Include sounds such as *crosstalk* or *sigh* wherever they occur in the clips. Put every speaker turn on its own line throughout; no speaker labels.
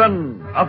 of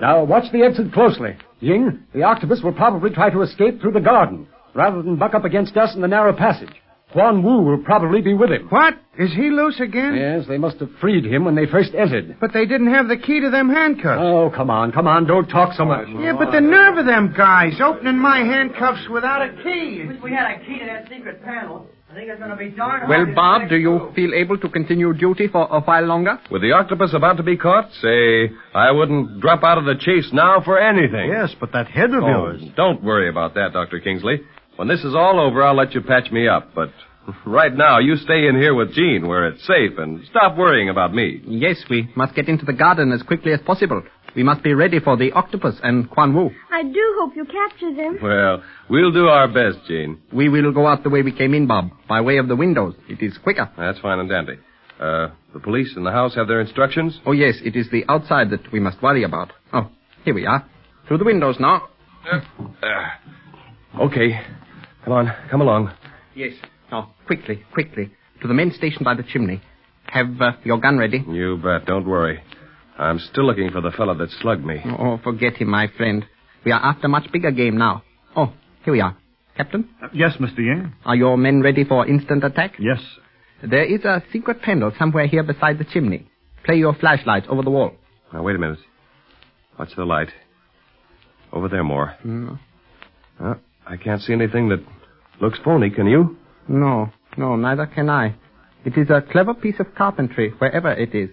Now, watch the exit closely. Ying, the octopus will probably try to escape through the garden, rather than buck up against us in the narrow passage. Huan Wu will probably be with him.
What? Is he loose again?
Yes, they must have freed him when they first entered.
But they didn't have the key to them handcuffs.
Oh, come on, come on, don't talk so much.
Oh.
yeah, but the nerve of them guys opening my handcuffs without a key.
Wish we had a key to that secret panel. I think it's going to be darn
Well, Bob, do you feel able to continue duty for a while longer?
With the octopus about to be caught, say, I wouldn't drop out of the chase now for anything.
Yes, but that head of
Oh,
yours.
don't worry about that, Dr. Kingsley. When this is all over, I'll let you patch me up. But *laughs* right now, you stay in here with Jean where it's safe and stop worrying about me.
Yes, we must get into the garden as quickly as possible. We must be ready for the octopus and Quan Wu.
I do hope you capture them.
Well, we'll do our best, Jean.
We will go out the way we came in, Bob, by way of the windows. It is quicker.
That's fine and dandy. Uh, the police and the house have their instructions?
Oh, yes, it is the outside that we must worry about. Oh, here we are. Through the windows now.
Uh, Okay. Come on, come along.
Yes. Oh, quickly, quickly.
to the men stationed by the chimney. Have uh, your gun ready.
You bet. Don't worry. I'm still looking for the fellow that slugged me.
Oh, forget him, my friend. We are after much bigger game now. Oh, here we are. Captain?
yes, Mr. Ying?
Are your men ready for instant attack?
Yes.
There is a secret panel somewhere here beside the chimney. Play your flashlight over the wall.
Now, wait a minute. Watch the light. Over there, Moore.
No.
Uh, I can't see anything that looks phony, can you?
No, no, neither can I. It is a clever piece of carpentry, wherever it is.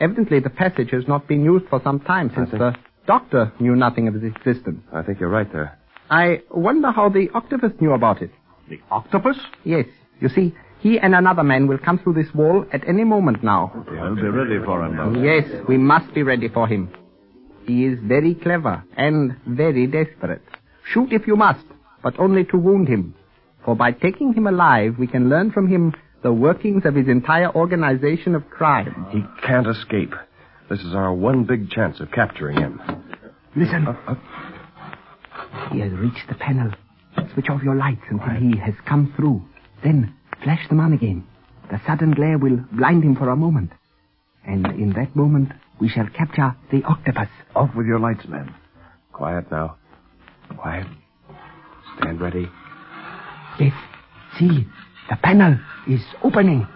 Evidently, the passage has not been used for some time since
think-
the doctor knew nothing of its existence.
I think you're right there.
I wonder how the octopus knew about it.
The octopus?
Yes. You see, he and another man will come through this wall at any moment now.
I'll be ready for him, though.
Yes, we must be ready for him. He is very clever and very desperate. Shoot if you must, but only to wound him. For by taking him alive, we can learn from him the workings of his entire organization of crime.
He can't escape. This is our one big chance of capturing him.
Listen. He has reached the panel. Switch off your lights until he has come through. Then flash them on again. The sudden glare will blind him for a moment. And in that moment, we shall capture the octopus.
Off with your lights, men.
Quiet now. Quiet. Stand ready.
Yes. See, the panel is opening.